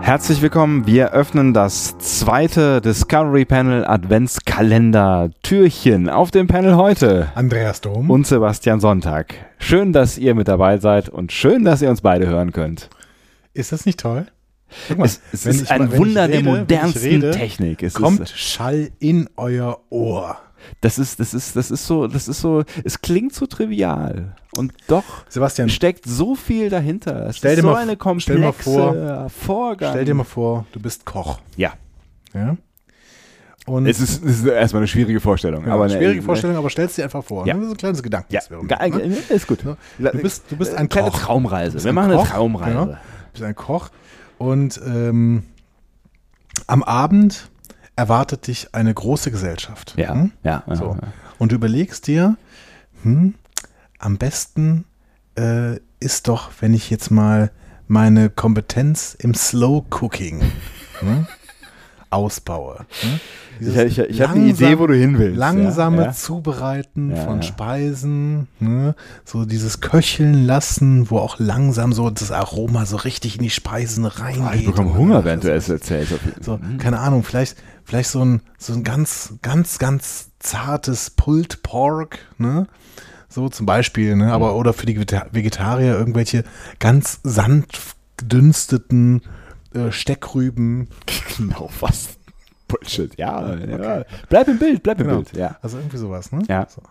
Herzlich willkommen. Wir öffnen das zweite Discovery Panel Adventskalender Türchen. Auf dem Panel heute Andreas Dom. und Sebastian Sonntag. Schön, dass ihr mit dabei seid und schön, dass ihr uns beide hören könnt. ist das nicht toll? Guck Es, es wenn ist ich ein mal- wenn Wunder ich der rede, wenn ich modernsten rede, Technik. Es Kommt Ist, Schall in euer Ohr. das ist, das ist, das ist so, das ist so, es klingt so trivial. Und doch Sebastian, steckt so viel dahinter. Es Ähm, Stell ist dir so mal- eine stell dir mal komplexe vor- Vorgang. stell dir mal vor, du bist Koch. ja. Ja? Und Es ist, es ist erstmal eine schwierige Vorstellung. ja, aber eine, schwierige Vorstellung, aber stellst dir einfach vor. Ja. Ne? Das ist ein kleines Ja, Gedankenexperiment. ge- ne? ge- ist gut. Ne? La- Äh, Du bist- du bist ein kleine Koch. Traumreise. Wir ein machen eine Koch, Traumreise. genau. Du bist ein Koch und ähm, am Abend erwartet dich eine große Gesellschaft. Ja, Hm? ja. ja. So. Und du überlegst dir, hm, am besten äh, ist doch, wenn ich jetzt mal meine Kompetenz im Slow Cooking hm, ausbaue. Hm? Ich, Dieses ich, ich habe eine langsam- Idee, wo du hin willst. Langsame Ja, ja. Zubereiten Ja, von ja. Speisen, ne? so dieses Köcheln lassen, wo auch langsam so das Aroma so richtig in die Speisen reingeht. Ah, ich bekomme Und Hunger, während danach ist- du es erzählst. so, Mhm. keine Ahnung, vielleicht, vielleicht so ein, so ein ganz, ganz, ganz zartes Pulled Pork, ne? So zum Beispiel, ne? Mhm. Aber, oder für die Vegeta- Vegetarier irgendwelche ganz sanft gedünsteten äh, Steckrüben. Genau, was? Bullshit, ja. ja. Bleib im Bild, bleib im Genau. Bild. Ja. Also irgendwie sowas, ne? Ja. So.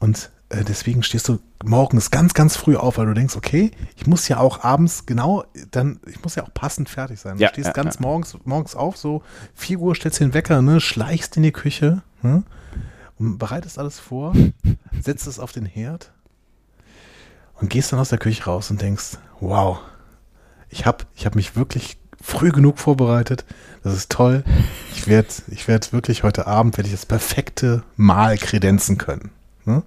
Und äh, deswegen stehst du morgens ganz, ganz früh auf, weil du denkst, okay, ich muss ja auch abends genau, dann, ich muss ja auch passend fertig sein. Du Ja, stehst ja, ganz ja. morgens, morgens auf, so 4 Uhr stellst den Wecker, ne, schleichst in die Küche, ne, und bereitest alles vor, setzt es auf den Herd und gehst dann aus der Küche raus und denkst, wow, ich habe ich hab mich wirklich früh genug vorbereitet. Das ist toll. Ich werde ich werd wirklich heute Abend werde ich das perfekte Mahl kredenzen können. Ne?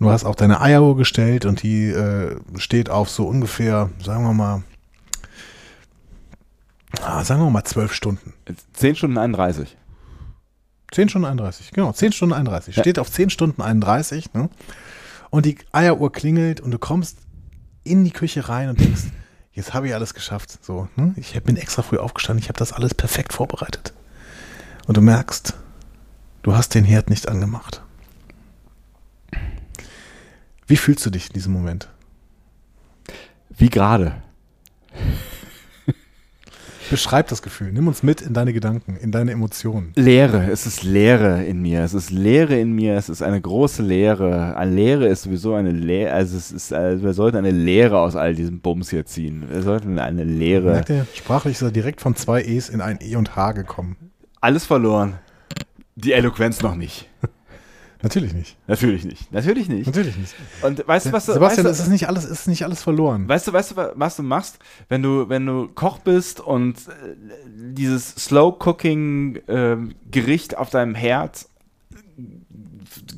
Du hast auch deine Eieruhr gestellt und die äh, steht auf so ungefähr, sagen wir mal, ah, sagen wir mal zwölf Stunden. 10 Stunden 31. 10 Stunden 31, genau, 10 Stunden 31. Steht auf 10 Stunden 31, ne? Und die Eieruhr klingelt und du kommst in die Küche rein und denkst, jetzt habe ich alles geschafft. So, ne? Ich hab- bin extra früh aufgestanden, ich habe das alles perfekt vorbereitet. Und du merkst, du hast den Herd nicht angemacht. Wie fühlst du dich in diesem Moment? Wie gerade. Beschreib das Gefühl, nimm uns mit in deine Gedanken, in deine Emotionen. Leere, es ist Leere in mir, es ist Leere in mir, es ist eine große Leere. Eine Leere ist sowieso eine Leere, also es ist, also wir sollten eine Leere aus all diesem Bums hier ziehen. Wir sollten eine Leere. Merkt ihr, sprachlich ist er direkt von zwei E's in ein E und H gekommen. Alles verloren. Die Eloquenz noch nicht. Natürlich nicht. Natürlich nicht. Natürlich nicht. Natürlich nicht. Und weißt du, was du, Sebastian, weißt du, es ist nicht alles, es ist nicht alles verloren. weißt du, weißt du, wa- was du machst, wenn du, wenn du Koch bist und äh, dieses Slow-Cooking-Gericht auf deinem Herd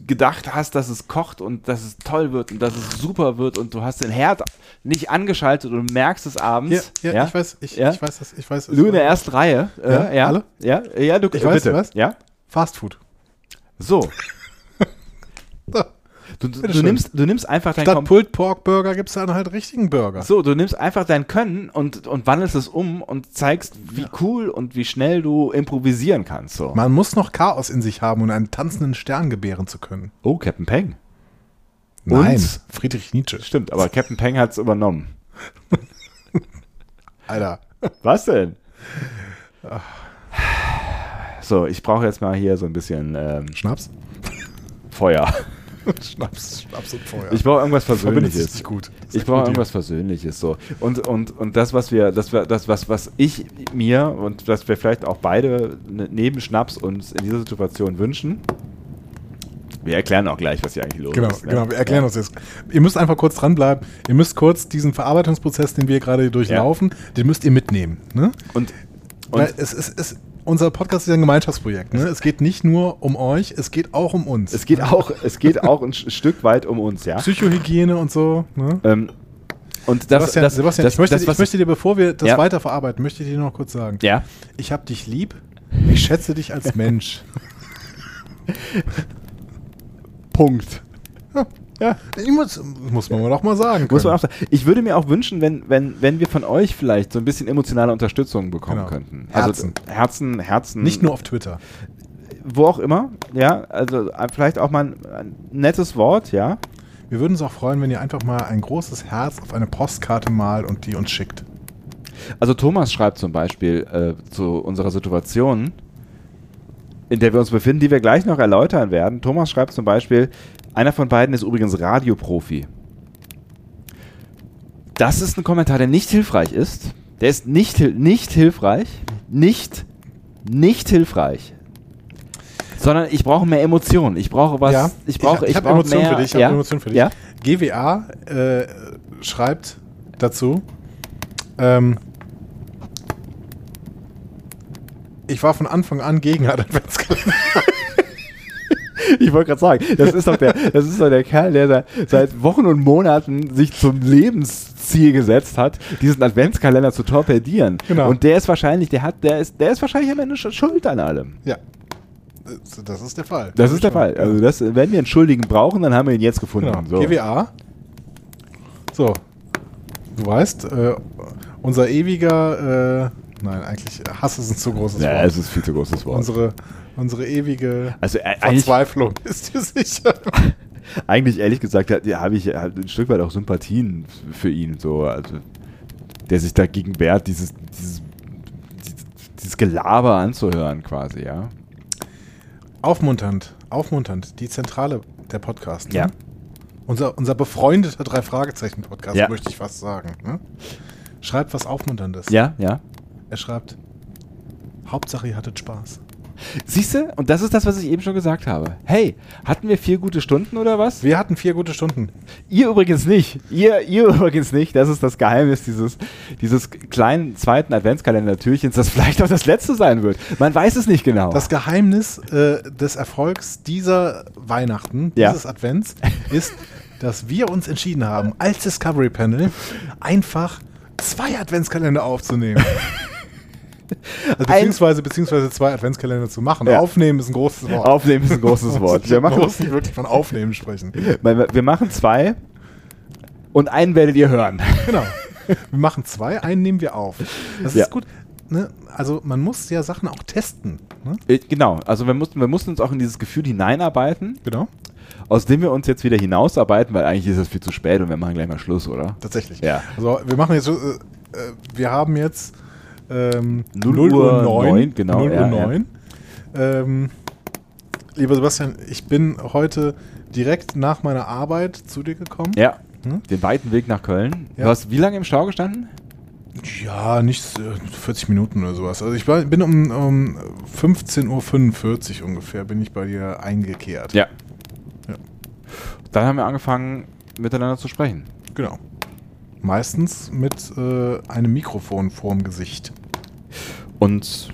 gedacht hast, dass es kocht und dass es toll wird und dass es super wird und du hast den Herd nicht angeschaltet und merkst es abends. ich weiß, ich, Ja? ich weiß, das, ich weiß. Du in der ersten Reihe. Äh, ja, Ja, ja, alle? ja, ja, du Ich weiß, bitte. was? Ja, Fast Food. so. So. Du, du, du, Bitteschön. nimmst, du nimmst einfach dein Statt Kom Pulled Pork Burger gibt es dann halt richtigen Burger. So, du nimmst einfach dein Können und, und wandelst es um und zeigst, wie cool und wie schnell du improvisieren kannst. So. Man muss noch Chaos in sich haben, um einen tanzenden Stern gebären zu können. Oh, Captain Peng. Und? Friedrich Nietzsche. Stimmt, aber Captain Peng hat es übernommen. Alter. Was denn? So, ich brauche jetzt mal hier so ein bisschen ähm, Schnaps? Feuer. Schnaps, Schnaps und Feuer. Ich brauche irgendwas verbinde sich Versöhnliches. nicht gut. Das Ich sagt brauche man dir. irgendwas Versöhnliches so. Und, und, und das, was wir, das, wir- das was, was ich mir und was wir vielleicht auch beide ne- neben Schnaps uns in dieser Situation wünschen. Wir erklären auch gleich, was hier eigentlich los Genau, ist. ne? genau, wir erklären ja. uns jetzt. Ihr müsst einfach kurz dranbleiben. Ihr müsst kurz diesen Verarbeitungsprozess, den wir gerade durchlaufen, den müsst ihr mitnehmen. Ne? Und, Weil und es ist, es, unser Podcast ist ja ein Gemeinschaftsprojekt. Ne? Es geht nicht nur um euch, es geht auch um uns. es geht auch, es geht auch ein Sch- Stück weit um uns, ja. Psychohygiene und so. Ne? Ähm, und das, Sebastian, das, Sebastian das, ich, möchte, das, was ich möchte dir, bevor wir das Ja. weiter verarbeiten, möchte ich dir noch kurz sagen. ja, Ich habe dich lieb. Ich schätze dich als Mensch. Punkt. Ja. Ich muss, muss man doch mal sagen. Muss man können. auch sagen. Ich würde mir auch wünschen, wenn, wenn, wenn wir von euch vielleicht so ein bisschen emotionale Unterstützung bekommen Genau. könnten. Herzen. Also Herzen, Herzen. Nicht nur auf Twitter. Wo auch immer, ja. Also äh, vielleicht auch mal ein, ein nettes Wort, ja. Wir würden uns auch freuen, wenn ihr einfach mal ein großes Herz auf eine Postkarte malt und die uns schickt. Also Thomas schreibt zum Beispiel äh, zu unserer Situation, in der wir uns befinden, die wir gleich noch erläutern werden. Thomas schreibt zum Beispiel, einer von beiden ist übrigens Radioprofi. Das ist ein Kommentar, der nicht hilfreich ist. Der ist nicht, hil- nicht hilfreich. Nicht, nicht hilfreich. Sondern ich brauche mehr Emotionen. Ich brauche was. ich brauche ich, ich hab brauche Emotionen mehr. für dich. Ich hab ja? Emotionen für dich. Ja? GWA äh, schreibt dazu, ähm, ich war von Anfang an gegen Adventskalender. Ich wollte gerade sagen, das ist doch der, das ist doch der Kerl, der da seit Wochen und Monaten sich zum Lebensziel gesetzt hat, diesen Adventskalender zu torpedieren. Genau. Und der ist wahrscheinlich, der hat, der ist, der ist wahrscheinlich am Ende sch- schuld an allem. ja, das, das ist der Fall. Das ist der Fall. Also das, wenn wir einen Schuldigen brauchen, dann haben wir ihn jetzt gefunden. Genau. So. GWA. So. Du weißt, äh, unser ewiger, äh, nein, eigentlich Hass ist ein zu großes Ja, Wort. es ist viel zu großes Wort. unsere, unsere ewige also äh, eigentlich, Verzweiflung ist dir sicher. eigentlich ehrlich gesagt ja, habe ich halt ein Stück weit auch Sympathien f- für ihn, so, also, der sich dagegen wehrt, dieses, dieses, dieses Gelaber anzuhören quasi, ja. Aufmunternd, aufmunternd, die Zentrale der Podcast. ne? Ja. Unser, unser befreundeter Drei-Fragezeichen-Podcast, Ja. möchte ich fast sagen. Ne? Schreibt was Aufmunterndes. Ja, ja. Er schreibt, Hauptsache ihr hattet Spaß. Siehst du, und das ist das, was ich eben schon gesagt habe. Hey, hatten wir vier gute Stunden oder was? Wir hatten vier gute Stunden. Ihr übrigens nicht. Ihr, ihr übrigens nicht. Das ist das Geheimnis dieses, dieses kleinen zweiten Adventskalender-Türchens, das vielleicht auch das letzte sein wird. Man weiß es nicht genau. Das Geheimnis äh, des Erfolgs dieser Weihnachten, Ja. dieses Advents, ist, dass wir uns entschieden haben, als Discovery Panel einfach zwei Adventskalender aufzunehmen. Also Ein- beziehungsweise, beziehungsweise zwei Adventskalender zu machen. Ja. Aufnehmen ist ein großes Wort. Aufnehmen ist ein großes Wort. Wir Man machen, muss nicht wirklich von Aufnehmen sprechen. wir machen zwei und einen werdet ihr hören. Genau. Wir machen zwei, einen nehmen wir auf. Das Ja. ist gut. Ne? Also man muss ja Sachen auch testen. Ne? Äh, Genau, also wir mussten, wir mussten uns auch in dieses Gefühl hineinarbeiten, Genau. aus dem wir uns jetzt wieder hinausarbeiten, weil eigentlich ist es viel zu spät und wir machen gleich mal Schluss, oder? Tatsächlich. Ja. Also wir machen jetzt, so, äh, äh, wir haben jetzt ähm, 0 0 Uhr Uhr 9. neun, genau, 0 Uhr ja, ja. 9. Ähm, lieber Sebastian, ich bin heute direkt nach meiner Arbeit zu dir gekommen. Ja. Hm? Den weiten Weg nach Köln. Ja. Du hast wie lange im Stau gestanden? Ja, nicht äh, 40 Minuten oder sowas. Also ich war, bin um, um 15.45 Uhr ungefähr, bin ich bei dir eingekehrt. Ja. Ja. Dann haben wir angefangen, miteinander zu sprechen. Genau. Meistens mit äh, einem Mikrofon vorm Gesicht. Und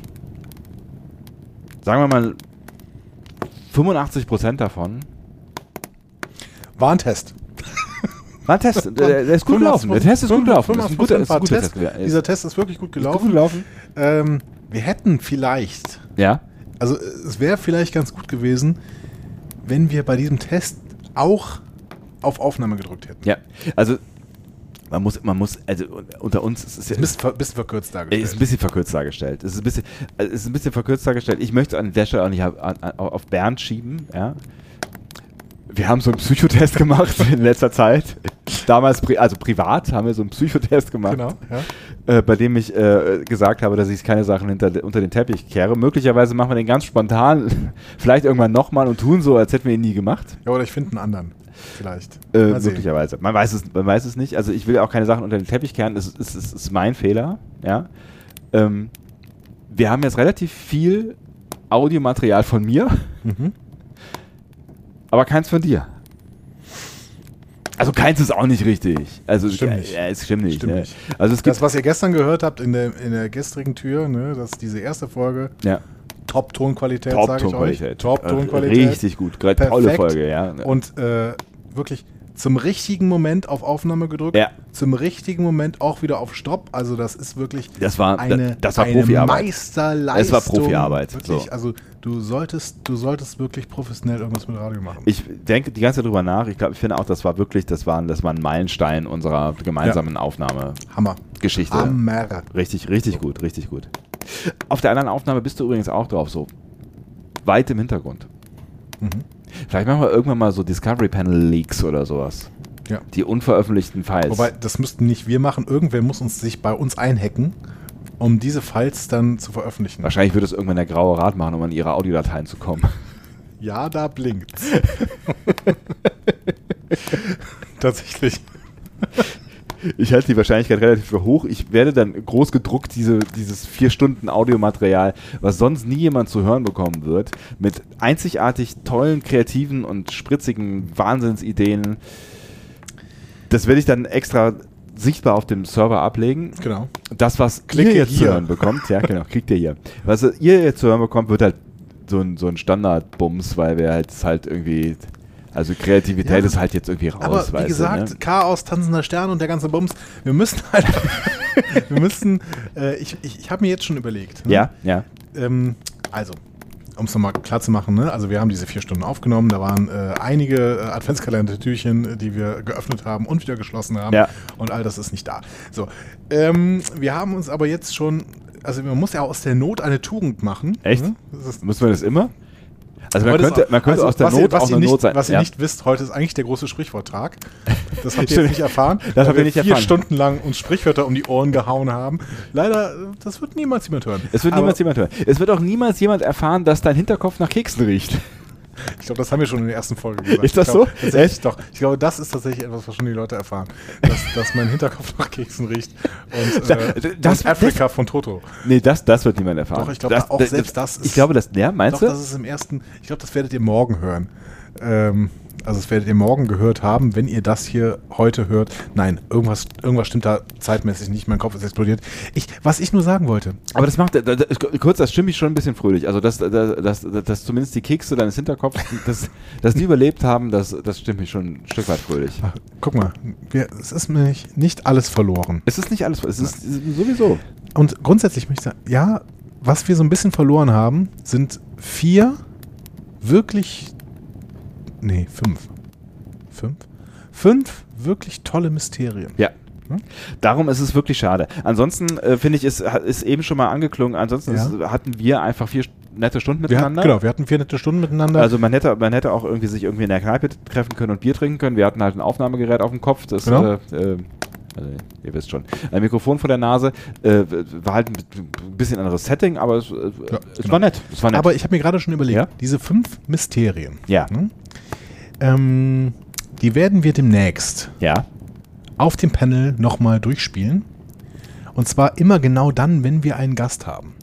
sagen wir mal, 85 Prozent davon. War ein Test. War ein Test. äh, Der, der ist gut gelaufen. Der Test ist gut gelaufen. Das ist ein guter, ist ein guter Test. Test. Ja, ist- Dieser Test ist wirklich gut ist gelaufen. Gut gelaufen. Ähm, wir hätten vielleicht, Ja. also äh, es wäre vielleicht ganz gut gewesen, wenn wir bei diesem Test auch auf Aufnahme gedrückt hätten. Ja. Also, man muss, man muss, also unter uns ist es ja. Ist ein bisschen, ver bisschen verkürzt Ey, dargestellt. Ist ein bisschen verkürzt dargestellt. Es ist ein bisschen, also es ist ein bisschen verkürzt dargestellt. Ich möchte es an der Stelle auch nicht auf- an, an, auf Bernd schieben. Ja? Wir haben so einen Psychotest gemacht in letzter Zeit. Damals, pri also privat, haben wir so einen Psychotest gemacht, genau, ja. äh, bei dem ich äh, gesagt habe, dass ich keine Sachen hinter, unter den Teppich kehre. Möglicherweise machen wir den ganz spontan, vielleicht irgendwann nochmal und tun so, als hätten wir ihn nie gemacht. ja. Oder ich finde einen anderen. Vielleicht. Äh, Mal sehen. möglicherweise. Man weiß, es, man weiß es nicht. Also ich will auch keine Sachen unter den Teppich kehren. Es ist, es ist, es ist mein Fehler. Ja? Ähm, wir haben jetzt relativ viel Audiomaterial von mir, Mhm. aber keins von dir. Also keins ist auch nicht richtig. Also Stimmt ja, nicht. Ja, es stimmt nicht. Stimmt ne? nicht. Also es gibt Das, was ihr gestern gehört habt in der, in der gestrigen Tür, ne, das ist diese erste Folge. ja, Äh, Top-Tonqualität, sage ich euch. Top-Tonqualität. Top-Tonqualität. Richtig gut. Gerade tolle Perfekt. Folge, ja. Und äh, wirklich Zum richtigen Moment auf Aufnahme gedrückt, Ja. zum richtigen Moment auch wieder auf Stopp. Also das ist wirklich Das war- eine, das war eine Profiarbeit. Meisterleistung. Es war Profiarbeit, Wirklich, so. also du solltest, du solltest wirklich professionell irgendwas mit Radio machen. Ich denke die ganze Zeit drüber nach. Ich glaube, ich finde auch, das war wirklich, das war, ein- das war ein Meilenstein unserer gemeinsamen Aufnahmegeschichte. Hammer. Hammer. Richtig, richtig gut, richtig gut. Auf der anderen Aufnahme bist du übrigens auch drauf, so weit im Hintergrund. Mhm. Vielleicht machen wir irgendwann mal so Discovery Panel Leaks oder sowas. Ja. Die unveröffentlichten Files. Wobei, das müssten nicht wir machen. Irgendwer muss uns sich bei uns einhacken, um diese Files dann zu veröffentlichen. Wahrscheinlich wird es irgendwann der graue Rat machen, um an ihre Audiodateien zu kommen. Ja, da blinkt's. Tatsächlich. Ich halte die Wahrscheinlichkeit relativ für hoch. Ich werde dann groß gedruckt diese, dieses vier Stunden Audiomaterial, was sonst nie jemand zu hören bekommen wird, mit einzigartig tollen, kreativen und spritzigen Wahnsinnsideen. Das werde ich dann extra sichtbar auf dem Server ablegen. Genau. Das, was Klicke ihr jetzt hier. zu hören bekommt, ja genau, kriegt ihr hier. Was ihr jetzt zu hören bekommt, wird halt so ein, so ein Standardbums, weil wir halt, es halt irgendwie, also Kreativität Ja. ist halt jetzt irgendwie raus. Aber wie weißt du, gesagt, ne? Chaos, tanzender Stern und der ganze Bums, wir müssen halt. wir müssen. Äh, ich ich, ich habe mir jetzt schon überlegt. ne? ja, ja. Ähm, also, um es nochmal klar zu machen, ne? also wir haben diese vier Stunden aufgenommen, da waren äh, einige äh, Adventskalender-Türchen, äh, die wir geöffnet haben und wieder geschlossen haben Ja. und all das ist nicht da. So, ähm, wir haben uns aber jetzt schon, also man muss ja aus der Not eine Tugend machen. Echt? Ne? Das ist Müssen wir das immer? Also man Heute ist könnte, auch- man könnte also, aus der was Not ihr, was auch ihr eine nicht, Not sein. Was ihr ja. nicht wisst, heute ist eigentlich der große Sprichworttag. Das habt ihr Stimmt. jetzt nicht erfahren. Das weil habt ihr wir nicht vier erfahren. Stunden lang uns Sprichwörter um die Ohren gehauen haben. Leider, äh, das wird niemals jemand hören. es wird Aber niemals jemand hören. Es wird auch niemals jemand erfahren, dass dein Hinterkopf nach Keksen riecht. Ich glaube, das haben wir schon in der ersten Folge gesagt. Ist das ich glaub, so? Tatsächlich doch. Ich glaube, das ist tatsächlich etwas, was schon die Leute erfahren. Dass, dass mein Hinterkopf nach Keksen riecht. Und, Da- äh, das- und Afrika von Toto. Nee, das, das wird niemand erfahren. Doch, ich glaube, auch selbst das ist- Ich glaube, das, ja, meinst Doch, du? das ist im ersten. Ich glaube, das werdet ihr morgen hören. Ähm, also, das werdet ihr morgen gehört haben, wenn ihr das hier heute hört. Nein, irgendwas, irgendwas stimmt da zeitmäßig nicht. Mein Kopf ist explodiert. Ich, was ich nur sagen wollte. Aber das macht, da- da- kurz, das stimmt mich schon ein bisschen fröhlich. Also, dass, dass, dass, dass zumindest die Kekse deines Hinterkopfs, dass, dass die überlebt haben, das, das stimmt mich schon ein Stück weit fröhlich. Ach, guck mal, wir, es ist mir nicht, nicht alles verloren. Es ist nicht alles, es ist sowieso. Und grundsätzlich möchte ich sagen, ja, was wir so ein bisschen verloren haben, sind vier wirklich. Nee, fünf. Fünf? Fünf wirklich tolle Mysterien. Ja. Hm? Darum ist es wirklich schade. Ansonsten äh, finde ich, ist, ist eben schon mal angeklungen. Ansonsten Ja. ist, hatten wir einfach vier nette Stunden Wir hatten, miteinander. genau, wir hatten vier nette Stunden miteinander. Also man hätte, man hätte auch irgendwie sich irgendwie in der Kneipe treffen können und Bier trinken können. Wir hatten halt ein Aufnahmegerät auf dem Kopf. Das, äh, Genau. äh, also ihr wisst schon. Ein Mikrofon vor der Nase. Äh, war halt ein bisschen anderes Setting, aber es, äh, es genau. war nett. Es war nett. Aber ich habe mir gerade schon überlegt, Ja? diese fünf Mysterien, ja, ne, ähm, die werden wir demnächst ja. auf dem Panel nochmal durchspielen. Und zwar immer genau dann, wenn wir einen Gast haben.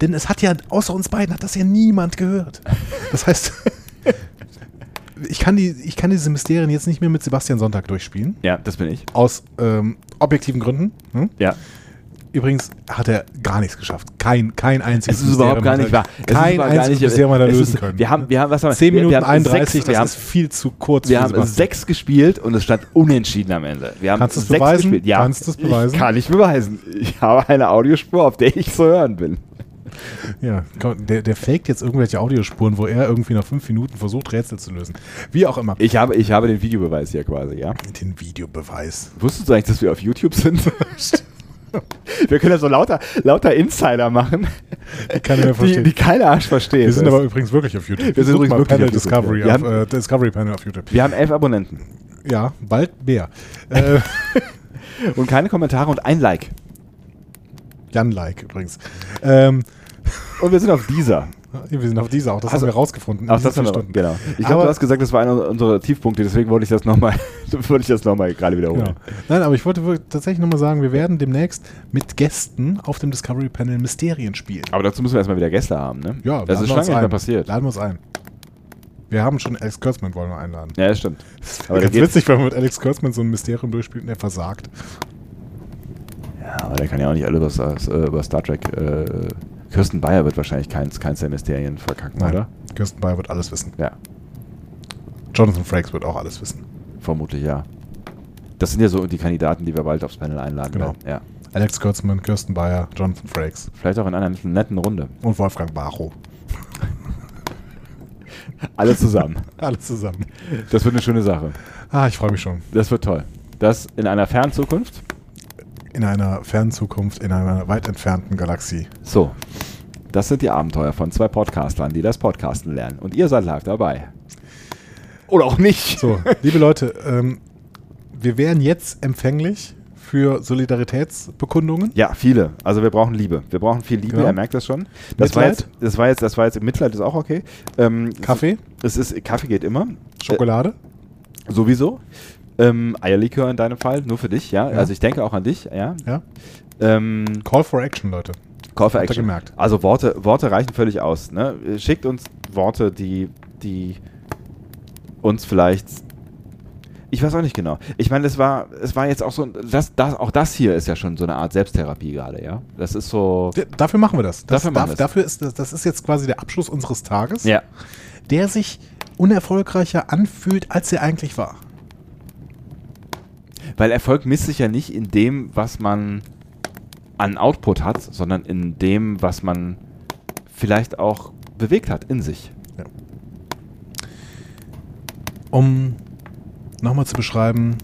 Denn es hat ja, außer uns beiden, hat das ja niemand gehört. Das heißt, ich, kann die, ich kann diese Mysterien jetzt nicht mehr mit Sebastian Sonntag durchspielen. Ja, das bin ich. Aus ähm, objektiven Gründen. Hm? Ja. Übrigens hat er gar nichts geschafft. Kein, kein einziges Es ist überhaupt gar nicht Mysterium wahr. Es ist hat er- halt Kein überhaupt gar einziges nicht- Mysterium hat er es lösen ist- können. Wir haben, wir haben, was haben wir? 10 wir, Minuten wir haben 31, sechs, das wir haben, ist viel zu kurz wir für haben Sebastian. sechs gespielt und es stand unentschieden am Ende. Wir haben Kannst du es sechs beweisen? gespielt. Ja, Kannst du es beweisen? Ich kann ich beweisen. Ich habe eine Audiospur, auf der ich zu hören bin. Ja, komm, der, der faked jetzt irgendwelche Audiospuren, wo er irgendwie nach fünf Minuten versucht, Rätsel zu lösen. Wie auch immer. Ich habe, ich habe den Videobeweis hier quasi, ja. Den Videobeweis. Wusstest du eigentlich, dass wir auf YouTube sind? wir können ja so lauter, lauter Insider machen, Keiner mehr die, versteht. die keine Arsch verstehen. wir sind Weißt aber du? übrigens wirklich auf YouTube. Wir sind Such übrigens mal wirklich Panel auf YouTube, Discovery, ja. auf, äh, Discovery Panel auf YouTube. wir haben elf Abonnenten Ja, bald mehr. Äh, und keine Kommentare und ein Like. Jan-like übrigens. Ähm, Und wir sind auf dieser. wir sind auf dieser auch, das Also- haben wir rausgefunden. in Ach, diesen das vier haben wir, Stunden. genau. Ich glaube, Aber- du hast gesagt, das war einer unserer Tiefpunkte, deswegen wollte ich das nochmal, wollte ich das nochmal gerade wiederholen. Genau. Nein, aber ich wollte wirklich tatsächlich nochmal sagen, wir werden demnächst mit Gästen auf dem Discovery Panel Mysterien spielen. Aber dazu müssen wir erstmal wieder Gäste haben, ne? Ja, das laden ist wir schon uns nicht mehr ein. passiert. Laden wir uns ein. Wir haben schon Alex Kurtzman wollen wir einladen. Ja, das stimmt. Aber der, Ganz geht, witzig, wenn man mit Alex Kurtzman so ein Mysterium durchspielt und er versagt. ja, aber der kann ja auch nicht alle über, Star- äh, über Star Trek. Äh, Kirsten Bayer wird wahrscheinlich keins, keins der Mysterien verkacken, oder? Kirsten Bayer wird alles wissen. Ja. Jonathan Frakes wird auch alles wissen. Von- vermutlich, ja. Das sind ja so die Kandidaten, die wir bald aufs Panel einladen Genau. werden. Ja. Alex Kurtzmann, Kirsten Bayer, Jonathan Frakes Vielleicht auch in einer netten Runde. und Wolfgang Bacho. Alle zusammen. Alle zusammen. Das wird eine schöne Sache. Ah, ich freue mich schon. Das wird toll. Das in einer fernen Zukunft. In einer fernen Zukunft, in einer weit entfernten Galaxie. So. Das sind die Abenteuer von zwei Podcastern, die das Podcasten lernen. Und ihr seid live dabei. Oder auch nicht. So, liebe Leute, ähm, wir wären jetzt empfänglich für Solidaritätsbekundungen. Ja, viele. Also wir brauchen Liebe. Wir brauchen viel Liebe, Genau. er merkt das schon. Das war, Mitleid? jetzt, das war jetzt, das war jetzt, Mitleid ist auch okay. Ähm, Kaffee, Es ist, Kaffee geht immer. Schokolade. Äh, sowieso. Ähm, Eierlikör in deinem Fall, nur für dich, ja. Ja. Also ich denke auch an dich, ja. Ja. Ähm, Call for Action, Leute. Call for Habt ihr Action. gemerkt. Also Worte, Worte reichen völlig aus. Ne? Schickt uns Worte, die, die uns vielleicht. Ich weiß auch nicht genau. Ich meine, es war, es war jetzt auch so, ein- das, das, auch das hier ist ja schon so eine Art Selbsttherapie gerade, ja. Das ist so. D dafür machen wir das. das Dafür machen darf- wir es. dafür ist das, das ist jetzt quasi der Abschluss unseres Tages, Ja, der sich unerfolgreicher anfühlt, als er eigentlich war. weil Erfolg misst sich ja nicht in dem, was man an Output hat, sondern in dem, was man vielleicht auch bewegt hat in sich. Um nochmal zu beschreiben,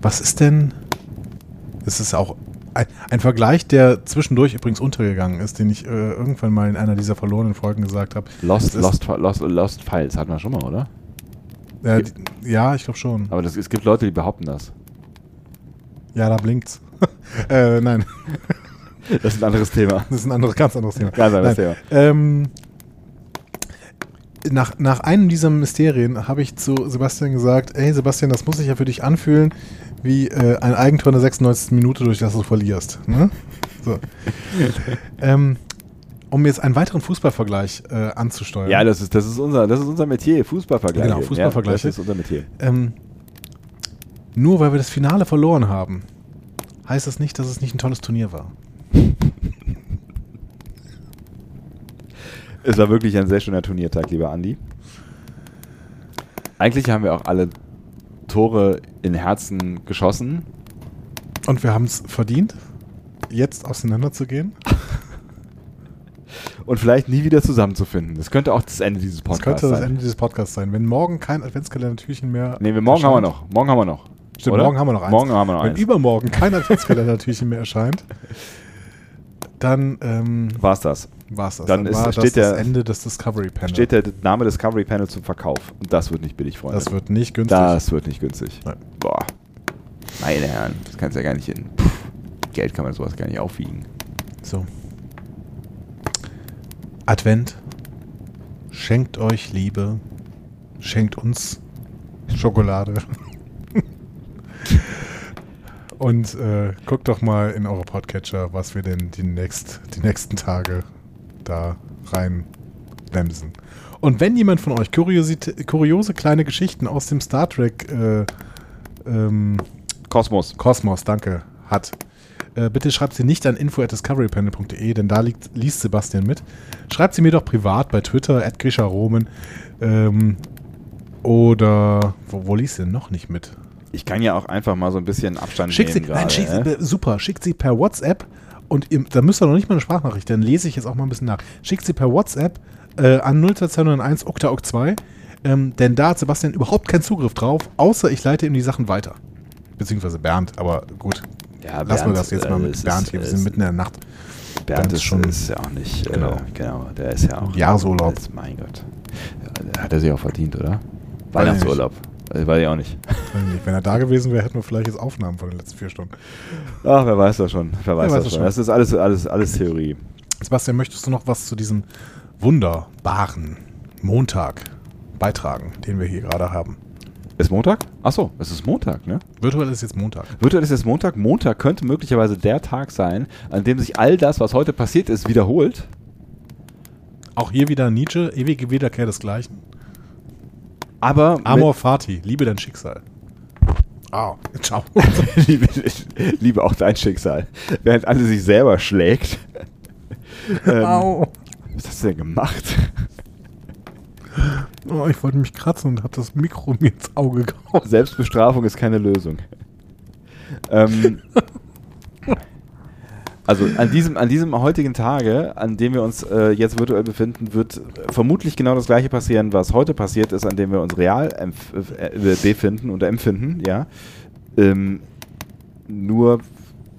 was ist denn? Es ist auch ein, ein Vergleich, der zwischendurch übrigens untergegangen ist, den ich äh, irgendwann mal in einer dieser verlorenen Folgen gesagt habe. Lost, Das ist- Lost, Lost, Lost Files hatten wir schon mal, oder? Äh, die, ja, ich glaube schon. Aber das, es gibt Leute, die behaupten das. Ja, da blinkt's. äh, nein, Das ist ein anderes Thema. das ist ein anderes, ganz anderes Thema. Ganz anderes nein. Ähm, nach, nach einem dieser Mysterien habe ich zu Sebastian gesagt, ey Sebastian, das muss sich ja für dich anfühlen, wie äh, ein Eigentor in der 96. Minute, durch das du verlierst. Ne? So. ähm, um jetzt einen weiteren Fußballvergleich äh, anzusteuern. Ja, das ist, das ist unser, das ist unser Metier, Fußballvergleiche. Genau, Ja, Fußballvergleiche. das ist unser Metier. ähm, nur weil wir das Finale verloren haben, heißt das nicht, dass es nicht ein tolles Turnier war. Es war wirklich ein sehr schöner Turniertag, lieber Andi. Eigentlich haben wir auch alle Tore in Herzen geschossen. Und wir haben es verdient, jetzt auseinanderzugehen. Und vielleicht nie wieder zusammenzufinden. Das könnte auch das Ende dieses Das Podcasts könnte das sein. Ende dieses Podcasts sein. Wenn morgen kein Adventskalendertürchen mehr. Nee, wir, morgen haben wir erscheint- noch. Morgen haben wir noch. Stimmt, oder? morgen haben wir noch eins. Morgen haben wir noch Wenn eins. übermorgen kein Adventskalendertürchen mehr erscheint, dann ähm, War's das. war's das. Dann ist- war das steht der- das Ende des Discovery Panels. Steht der Name Discovery Panel zum Verkauf. Und das wird nicht billig, Freunde. das wird nicht günstig. Das wird nicht günstig. Nein. Boah. Meine Herren, das kannst du ja gar nicht hin. Puh. Geld kann man sowas gar nicht aufwiegen. So. Advent. Schenkt euch Liebe. Schenkt uns Schokolade. Und äh, guckt doch mal in eure Podcatcher, was wir denn die, nächst, die nächsten Tage da reinbremsen. Und wenn jemand von euch kuriosite- kuriose kleine Geschichten aus dem Star Trek äh, ähm, Kosmos. Kosmos, danke, hat. Äh, bitte schreibt sie nicht an info.discoverypanel.de, denn da liegt, liest Sebastian mit. Schreibt sie mir doch privat bei Twitter, at Roman. Ähm, oder, wo, wo liest sie denn noch nicht mit? Ich kann ja auch einfach mal so ein bisschen Abstand Schickt sie, nehmen. nein, schickt sie, gerade, ne? per- super, schickt sie per WhatsApp und ihr, da müsst ihr noch nicht mal eine Sprachnachricht, dann lese ich jetzt auch mal ein bisschen nach. Schickt sie per WhatsApp äh, an 02901 Oktaok 2, ähm, denn da hat Sebastian überhaupt keinen Zugriff drauf, außer ich leite ihm die Sachen weiter. Beziehungsweise Bernd, aber gut, Ja, Lassen wir Bernd, das jetzt äh, mal es mit ist- Bernd hier. Wir es sind ist- mitten in der Nacht. Bernd ist, schon- ist ja auch nicht. Genau. Äh, genau, der ist ja auch. Jahresurlaub. Ist, mein Gott. Ja, Hat er sich auch verdient, oder? Weihnachtsurlaub. Äh, Weiß ich auch nicht. Weiß ich nicht, Wenn er da gewesen wäre, hätten wir vielleicht jetzt Aufnahmen von den letzten vier Stunden. Ach, wer weiß das schon. Wer weiß, das schon. Das ist alles, alles, alles Theorie. Sebastian, möchtest du noch was zu diesem wunderbaren Montag beitragen, den wir hier gerade haben? Ist Montag? Achso, es ist Montag, ne? Virtuell ist jetzt Montag. Virtuell ist jetzt Montag. Montag könnte möglicherweise der Tag sein, an dem sich all das, was heute passiert ist, wiederholt. Auch hier wieder Nietzsche, ewige Wiederkehr desgleichen. Aber Amor Fati, liebe dein Schicksal. Ah, ciao. mit, liebe, liebe auch dein Schicksal, während alle sich selber schlägt. Ähm, Au. Was hast du denn gemacht? Oh, ich wollte mich kratzen und habe das Mikro mir ins Auge gehauen. Selbstbestrafung ist keine Lösung. Ähm, also an diesem, an diesem heutigen Tage, an dem wir uns äh, jetzt virtuell befinden, wird vermutlich genau das gleiche passieren, was heute passiert ist, an dem wir uns real empf- äh, befinden oder empfinden, ja. Ähm, nur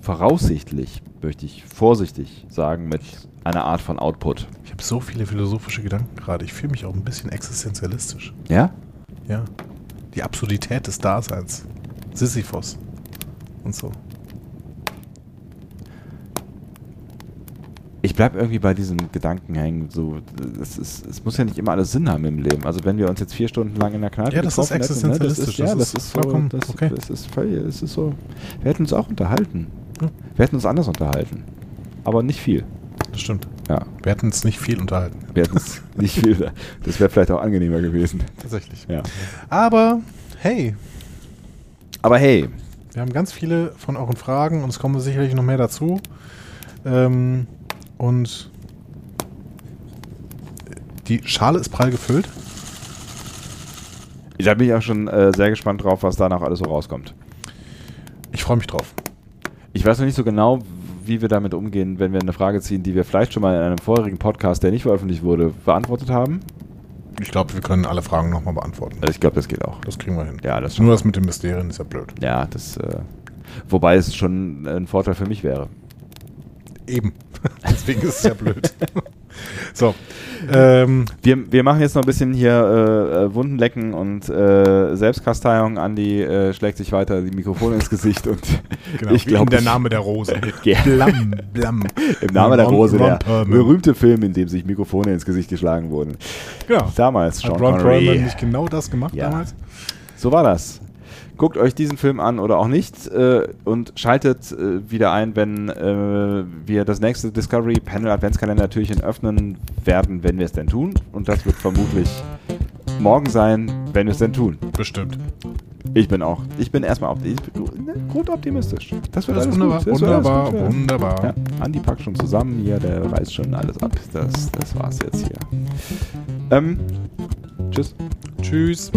voraussichtlich, möchte ich vorsichtig sagen, mit einer Art von Output. Ich habe so viele philosophische Gedanken gerade. Ich fühle mich auch ein bisschen existenzialistisch. Ja? Ja. Die Absurdität des Daseins. Sisyphos. Und so. Ich bleibe irgendwie bei diesem Gedanken hängen. So, es, ist, es muss ja nicht immer alles Sinn haben im Leben. Also wenn wir uns jetzt vier Stunden lang in der Kneipe Ja, das ist getroffen hätten, ne, Das ist, existenzialistisch. ja, Das das ist ist so. vollkommen Das, okay. das ist völlig, das ist so. Wir hätten uns auch unterhalten. Ja. Wir hätten uns anders unterhalten. Aber nicht viel. Das stimmt. Ja, Wir hatten uns nicht viel unterhalten. wir hätten es nicht viel. Das wäre vielleicht auch angenehmer gewesen. Tatsächlich. Ja. Aber hey, Aber hey, wir haben ganz viele von euren Fragen und es kommen sicherlich noch mehr dazu. Ähm, und die Schale ist prall gefüllt. da bin ich auch schon äh, sehr gespannt drauf, was danach alles so rauskommt. Ich freue mich drauf. Ich weiß noch nicht so genau, wie wir damit umgehen, wenn wir eine Frage ziehen, die wir vielleicht schon mal in einem vorherigen Podcast, der nicht veröffentlicht wurde, beantwortet haben. Ich glaube, wir können alle Fragen nochmal beantworten. Also ich glaube, das geht auch. Das kriegen wir hin. Ja, das Nur das mit den Mysterien ist ja blöd. Ja, das. Äh, wobei es schon äh, ein Vorteil für mich wäre. Eben. Deswegen ist es ja blöd. so. Ähm, Wir, wir machen jetzt noch ein bisschen hier äh, äh, Wunden lecken und äh, Selbstkasteiung. Andi äh, schlägt sich weiter die Mikrofone ins Gesicht und genau. ich wie glaube, in der Name der Rose. Ja. Blam, blam. im Namen der Ron- Rose, Ron der Perlman. berühmte Film, in dem sich Mikrofone ins Gesicht geschlagen wurden. Genau. Damals, Sean Hat Ron Perlman Connery. nicht genau das gemacht Ja. damals? So war das. Guckt euch diesen Film an oder auch nicht äh, und schaltet äh, wieder ein, wenn äh, wir das nächste Discovery Panel Adventskalender-Türchen öffnen werden, wenn wir es denn tun. Und das wird vermutlich morgen sein, wenn wir es denn tun. Bestimmt. Ich bin auch. Ich bin erstmal opti- ich bin gut optimistisch. Das wird Das ist alles wunderbar, gut. Das wird alles wunderbar, gut werden. wunderbar. Ja, Andi packt schon zusammen hier, der reißt schon alles ab. Das, das war's jetzt hier. Ähm, tschüss. Tschüss.